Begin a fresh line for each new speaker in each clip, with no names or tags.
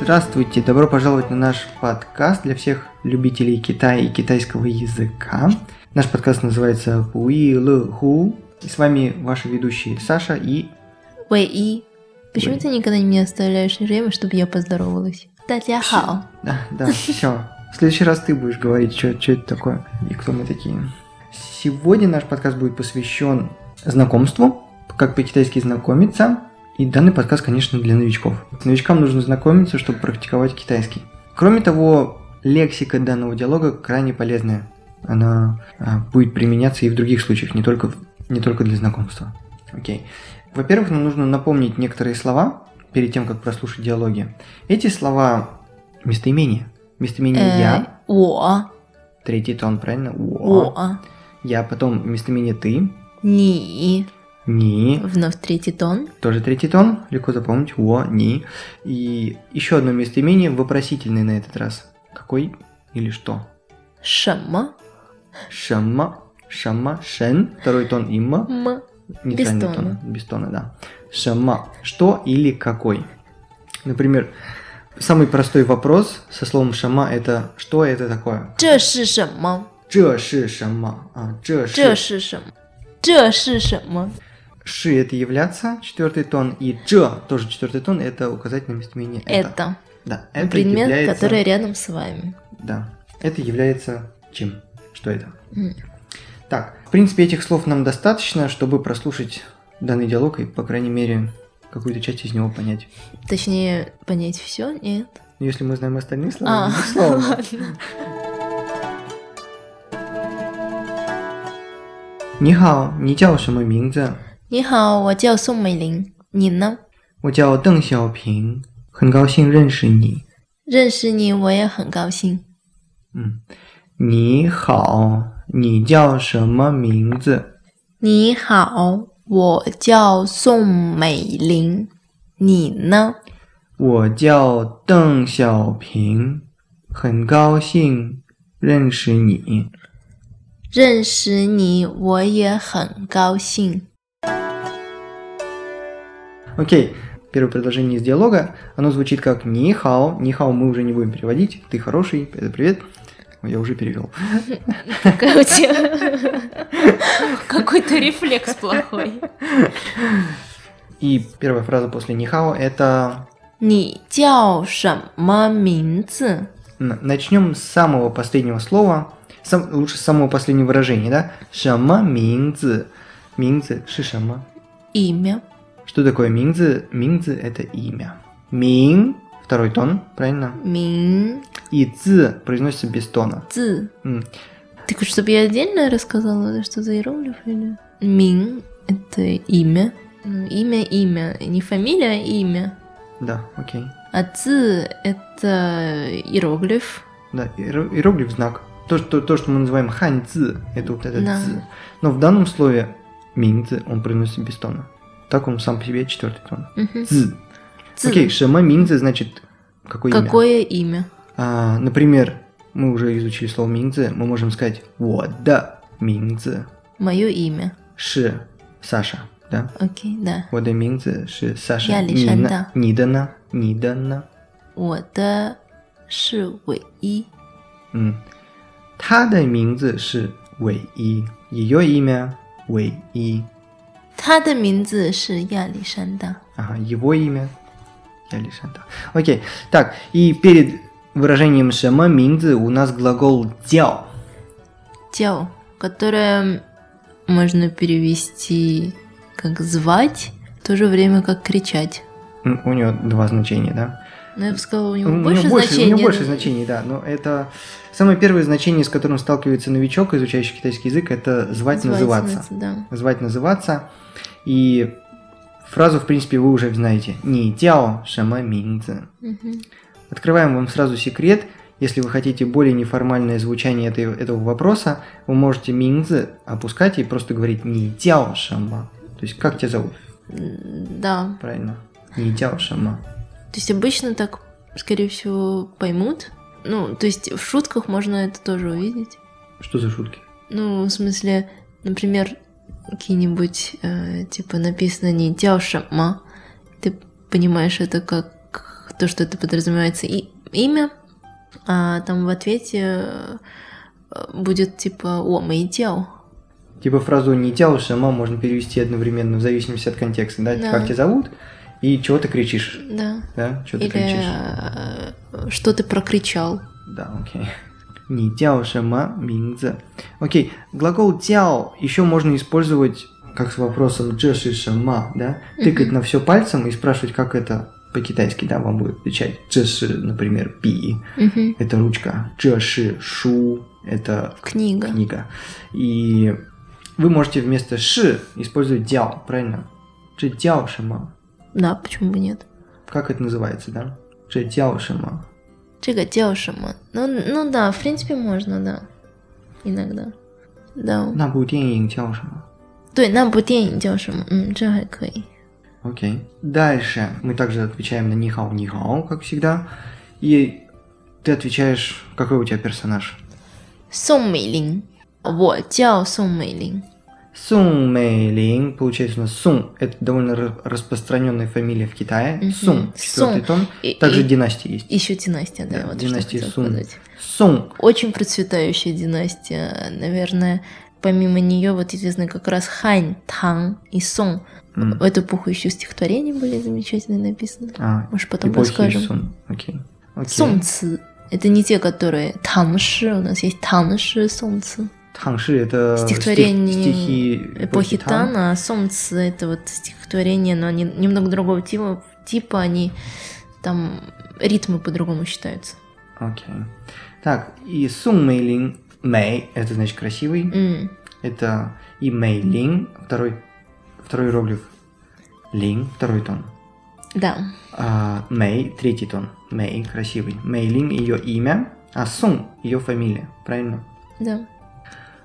Здравствуйте, добро пожаловать на наш подкаст для всех любителей Китая и китайского языка. Наш подкаст называется Пуи Лы Ху. И с вами ваши ведущие Саша и...
Вэй И. Почему ты никогда не мне оставляешь время, чтобы я поздоровалась? Татья хао.
Да, А, да, все. В следующий раз ты будешь говорить, что это такое и кто мы такие. Сегодня наш подкаст будет посвящен знакомству, как по-китайски знакомиться. И данный подкаст, конечно, для новичков. Новичкам нужно знакомиться, чтобы практиковать китайский. Кроме того, лексика данного диалога крайне полезная. Она а, будет применяться и в других случаях, не только, в- не только для знакомства. Окей. Во-первых, нам нужно напомнить некоторые слова перед тем, как прослушать диалоги. Эти слова местоимения. Местоимение я,
Э, О.
третий тон, правильно? О.
О.
Я, потом местоимение ты,
Ни.
ни,
Вновь третий тон.
Тоже третий тон, легко запомнить. Во, ни. И еще одно местоимение вопросительное на этот раз. Какой или что?
Шама.
Шама, шама, шен. Второй тон имма.
М.
Нейтральный
Без
тон. Без тона, да. Шама. Что или какой? Например, самый простой вопрос со словом шама это что это такое?
这是什么？
Че ши шама. А, «这是».
这是什么？这是什么？
Ши это являться, четвертый тон. И че тоже четвертый тон, это указательное местоимение это.
Это
Да, это
предмет,
является-
который рядом с вами.
Да. Это является чем? Что это?
М.
Так, в принципе, этих слов нам достаточно, чтобы прослушать данный диалог и, по крайней мере, какую-то часть из него понять.
Точнее, понять все? Нет.
Но если мы знаем остальные слова,
А,
Ну, безусловно.
ладно.
Нихао, не тяо шама минза.
你好，我叫宋美龄。你呢？
У тяо дэн сяо пинг. Хэнгао син рэн ши ни.
认识你，我也很高兴。
М. Нихао, не тяо шама минза.
你好，我叫宋美龄。你呢？
У тяо дэн сяо пинг. Хэнгао син рэн ши ни.
认识你，我也很高兴。
Окей, первое предложение из диалога, оно звучит как «Ни хао», «Ни хао» мы уже не будем переводить, «Ты хороший», «Это привет», Ой, я уже перевел.
Какой у тебя- Какой-то рефлекс плохой.
И первая фраза после «Ни хао» это...
你叫什么名字？
Начнем с самого последнего слова, сам- лучше с самого последнего выражения, да? «Шама минзы». Минзы – шишама.
имя
Что такое минзы? Минзы – это имя. Мин – второй тон, правильно?
名
И «цы» произносится без тона.
字。
М.
Ты хочешь, чтобы я отдельно рассказала, это что за иероглиф или? Мин – это имя. Ну, имя, имя. Не фамилия, а имя.
Да, окей.
А ци – это иероглиф.
Да, иеро- иероглиф знак. То что, то, что мы называем хань это вот этот
Да.
«цзы». Но в данном слове минцы он произносится без тона. Так он сам по себе четвертый тон.
Мгм.
Цзы.
Ци.
Окей, шама минцы значит какое имя?
Какое имя?
А, например, мы уже изучили слово минцы, мы можем сказать вот да минцы
Мое имя.
ши Саша, да?
Окей, да.
Вот да минцы ши Саша.
Я Лишан, да.
Нидана, Нидана.
我的是唯一，
М. 她的名字是唯一, ее имя 唯一.
他的名字是亚历山大。
Ага, его имя. Я лишь это. Окей. Так, и перед выражением шама минзы у нас глагол дяо.
叫, которое можно перевести как звать, в то же время как кричать.
М, У него два значения, да?
Но я бы сказала, у
У
него
него
больше
у
значения.
него больше значений, да. Но это самое первое значение, с которым сталкивается новичок, изучающий китайский язык, это звать,
Звать,
называться.
Да.
Звать называться. И фразу, в принципе, вы уже знаете. Ни дяо шама минзы.
Мгм.
Открываем вам сразу секрет. Если вы хотите более неформальное звучание этой, этого вопроса, вы можете минзы опускать и просто говорить «ни дяо шама». То есть «как тебя зовут?»
М, Да.
Правильно. «Ни дяо шама».
То есть обычно так, скорее всего, поймут. Ну, то есть в шутках можно это тоже увидеть.
Что за шутки?
Ну, в смысле, например, какие-нибудь, э, типа, написано не тяо шама. Ты понимаешь это как то, что это подразумевается и имя, а там в ответе э, будет типа «О, мы и дел».
Типа фразу «не тяу сама» можно перевести одновременно, в зависимости от контекста, да? Типа,
Да.
Как тебя зовут и чего ты кричишь,
Да.
да? Чего ты
Или
кричишь.
э, «Что ты прокричал?»
Да, окей. Не тяо шама минза. Окей, глагол тяо еще можно использовать как с вопросом джеши шама, да? Тыкать на все пальцем и спрашивать, как это по-китайски, да, вам будет отвечать. Джеши, например, пи,
Мгм.
это ручка. Джеши шу, это
Книга.
книга. И вы можете вместо ши использовать дяо, правильно? Джи дяо шама.
Да, почему бы нет?
Как это называется, да? Джи дяо шама.
Чего делшима? Ну, ну да, в принципе, можно, да. Иногда. Да.
На дяо шама.
То есть нам Окей.
Окей. Дальше мы также отвечаем на нихау нихау, как всегда. И ты отвечаешь, какой у тебя персонаж?
Сун Мэйлин. Сун Мэйлин.
Сун Мэйлин, получается у нас Сун, это довольно ра- распространенная фамилия в Китае.
Мгм.
Сун, четвертый
Сун.
тон.
И-
Также
и-
династия есть.
Еще династия, да,
Да,
вот
династия
что я хотела
Сун.
сказать.
Сун,
Очень процветающая династия, наверное. Помимо нее вот известны как раз Хань, Танг и Сон.
М.
В эту эпоху еще стихотворения были замечательно написаны.
а,
Может, потом
эпохи
расскажем.
Сун, окей. Окей.
Сунцы. Это не те, которые танши. У нас есть танши, сунцы.
Тангши это Э, стих-
Стихотворение
стихи
Эпохи
Тан.
Тана, а солнце это вот стихотворение, но они немного другого типа, типа они там ритмы по-другому считаются.
Окей. Так, и Сун Мэйлин, Мэй, это значит красивый.
М,
Это и Мэй Лин, второй, второй иероглиф Лин, второй тон.
Да.
А, Мэй, третий тон. Мэй, красивый. Мэй Лин, ее имя, а Сун, ее фамилия, правильно?
Да.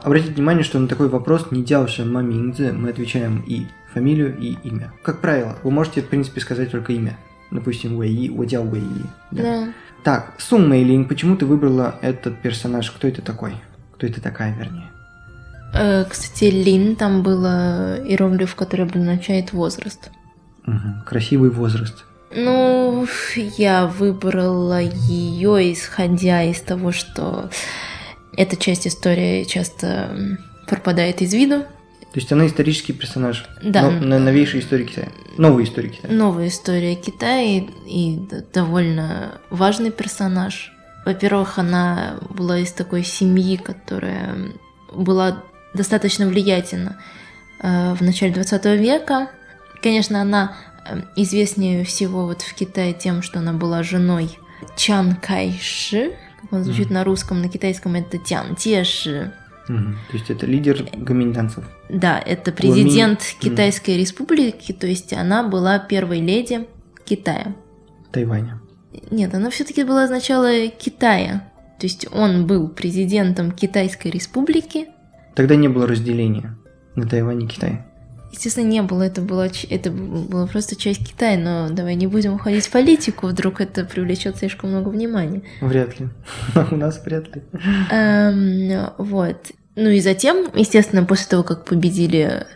Обратите внимание, что на такой вопрос, не делавший мамингзы, мы отвечаем и фамилию, и имя. Как правило, вы можете, в принципе, сказать только имя. Допустим, Уэйи, Уэдяо Уэйи.
Да.
Да. Так, Сун Мэй Лин, почему ты выбрала этот персонаж? Кто это такой? Кто это такая, вернее?
Э, кстати, Лин там было иероглиф, который обозначает возраст.
Мгм, Красивый возраст.
Ну, я выбрала ее, исходя из того, что эта часть истории часто м, пропадает из виду.
То есть она исторический персонаж.
Да.
Но- на новейшей истории Китая. Новой истории Китая.
новая история Китая и, и д- довольно важный персонаж. Во-первых, она была из такой семьи, которая была достаточно влиятельна э, в начале 20 века. Конечно, она э, известнее всего вот в Китае тем, что она была женой Чан Кайши, как он звучит
Мгм.
на русском, на китайском это Тян Теши.
Мгм. То есть это лидер гоминданцев.
Да, это
Гурмин.
президент Китайской Республики, то есть она была первой леди Китая.
Тайваня.
Нет, она все-таки была сначала Китая. То есть он был президентом Китайской Республики.
Тогда не было разделения на Тайване и Китай.
Естественно, не было, это была, ч- это была просто часть Китая, но давай не будем уходить в политику, вдруг это привлечет слишком много внимания.
Вряд ли. У нас вряд ли.
Эм, вот. Ну и затем, естественно, после того, как победили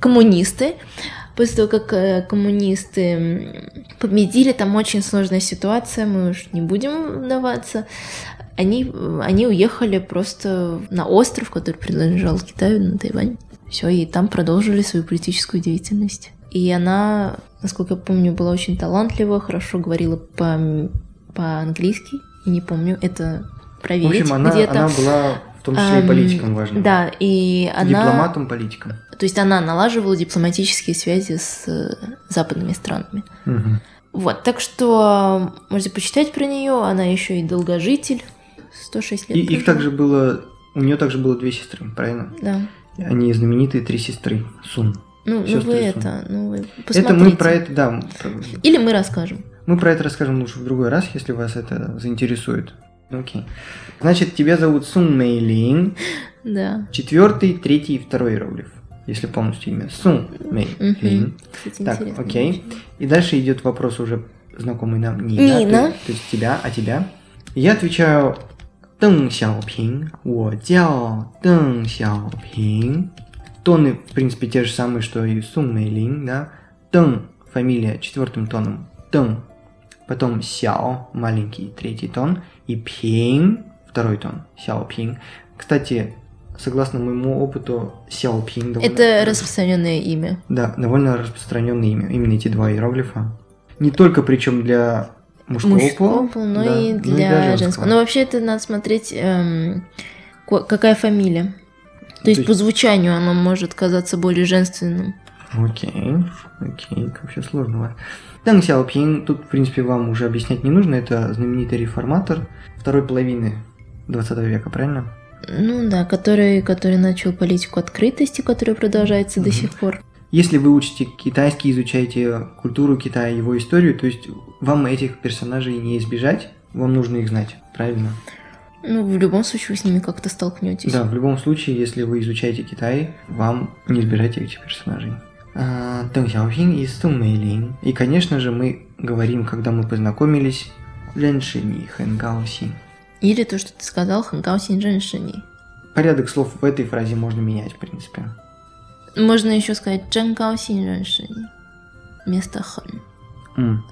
коммунисты, после того, как э, коммунисты м, победили, там очень сложная ситуация, мы уж не будем вдаваться. Они, э, они уехали просто на остров, который принадлежал Китаю, на Тайвань. Все, и там продолжили свою политическую деятельность. И она, насколько я помню, была очень талантлива, хорошо говорила по- по-английски. не помню, это
В
проверить
общем, она,
где-то.
она была в том числе и
Ам,
политиком важным.
Да, и она...
Дипломатом-политиком.
То есть она налаживала дипломатические связи с э, западными странами.
Мгм.
Вот, так что э, можете почитать про нее. Она еще и долгожитель. 106 лет.
И их
прожила.
также было... У нее также было две сестры, правильно?
Да.
Они знаменитые три сестры. Сун.
Ну, ну
Сестры
вы
Сун.
это, ну вы посмотрите.
Это мы про это, да, про-
Или мы расскажем.
Мы про это расскажем лучше в другой раз, если вас это заинтересует. Окей. Значит, тебя зовут Сун Мэйлин.
Да.
Четвертый, третий и второй иероглиф, если полностью имя. Сун
Мгм.
Мэйлин.
Кстати,
Так,
интересно.
окей. И дальше идет вопрос уже знакомый нам Нина.
Нина.
То, то есть тебя, а тебя. И Я отвечаю Дэн Сяопин. Водяо Дэн Сяопин. Тоны, в принципе, те же самые, что и Сун Мэйлин, да. Дэн, фамилия, четвертым тоном. Дэн. потом сяо, маленький третий тон, и пинг, второй тон, сяо пинг. Кстати, согласно моему опыту, сяо пинг довольно...
Это распространенное имя.
Да, довольно распространенное имя, именно эти два иероглифа. Не только причем для мужского,
Мужского
пола,
пола, но
да,
и
но
для женского. Но
Ну,
вообще это надо смотреть, эм, ко- какая фамилия. То есть
есть-
по звучанию оно может казаться более женственным.
Окей, окей, как все сложного. Данг Сяопин, тут, в принципе, вам уже объяснять не нужно, это знаменитый реформатор второй половины 20 века, правильно?
Ну да, который, который начал политику открытости, которая продолжается до
Мгм.
сих пор.
Если вы учите китайский, изучаете культуру Китая, его историю, то есть вам этих персонажей не избежать, вам нужно их знать, правильно?
Ну, в любом случае, вы с ними как-то столкнетесь.
Да, в любом случае, если вы изучаете Китай, вам не избежать этих персонажей. А, Дэн Сяопин и Сун Мэйлин. И, конечно же, мы говорим, когда мы познакомились, Лен Шини, Хэн Гао Син.
Или то, что ты сказал, хангао синжэншини.
Порядок слов в этой фразе можно менять, в принципе.
Можно еще сказать джангао синжэншини. Вместо хан.
М.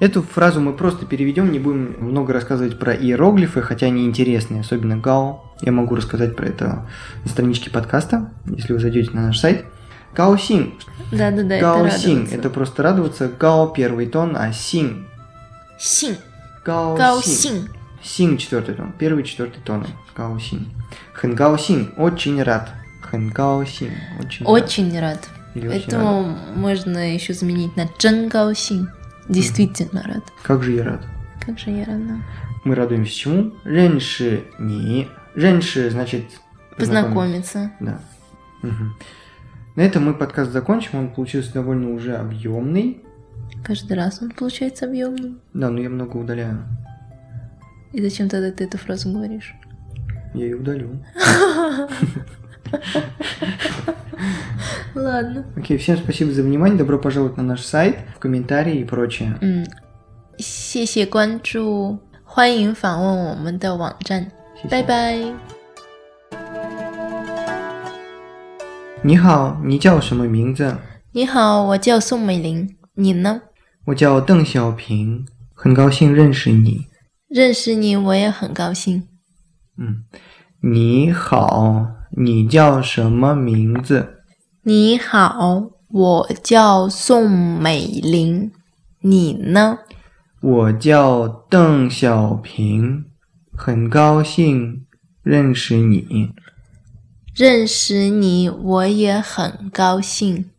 Эту фразу мы просто переведем, не будем много рассказывать про иероглифы, хотя они интересные, особенно гао. Я могу рассказать про это на страничке подкаста, если вы зайдете на наш сайт. Гао син.
Да-да-да,
гао
это
син.
радоваться.
Это просто радоваться. Гао первый тон, а син.
Син.
Гао,
Гао
син.
син.
Син четвертый тон. Первый четвертый тон. Гао син. Хэн гао син. Очень рад. Хэн гао син. Очень, рад.
Очень рад.
Или очень рад.
Поэтому можно еще заменить на джангао син. Действительно рад.
Как же я рад.
Как же я рада.
Мы радуемся чему? Ренши не. Ренши значит познакомиться.
Познакомиться.
Да. Мгм. На этом мы подкаст закончим. Он получился довольно уже объемный.
Каждый раз он получается объемным.
Да, но я много удаляю.
И зачем тогда ты эту фразу говоришь?
Я ее удалю.
Ладно.
Окей, всем спасибо за внимание. Добро пожаловать на наш сайт, в комментарии и прочее.
谢谢关注，欢迎访问我们的网站，拜拜。
Нихао, не тяо шама минза.
你好，我叫宋美龄，你呢？
我叫邓小平，很高兴认识你。
认识你我也很高兴。
嗯，你好，你叫什么名字？
你好，我叫宋美龄，你呢？
我叫邓小平，很高兴认识你。
认识你我也很高兴。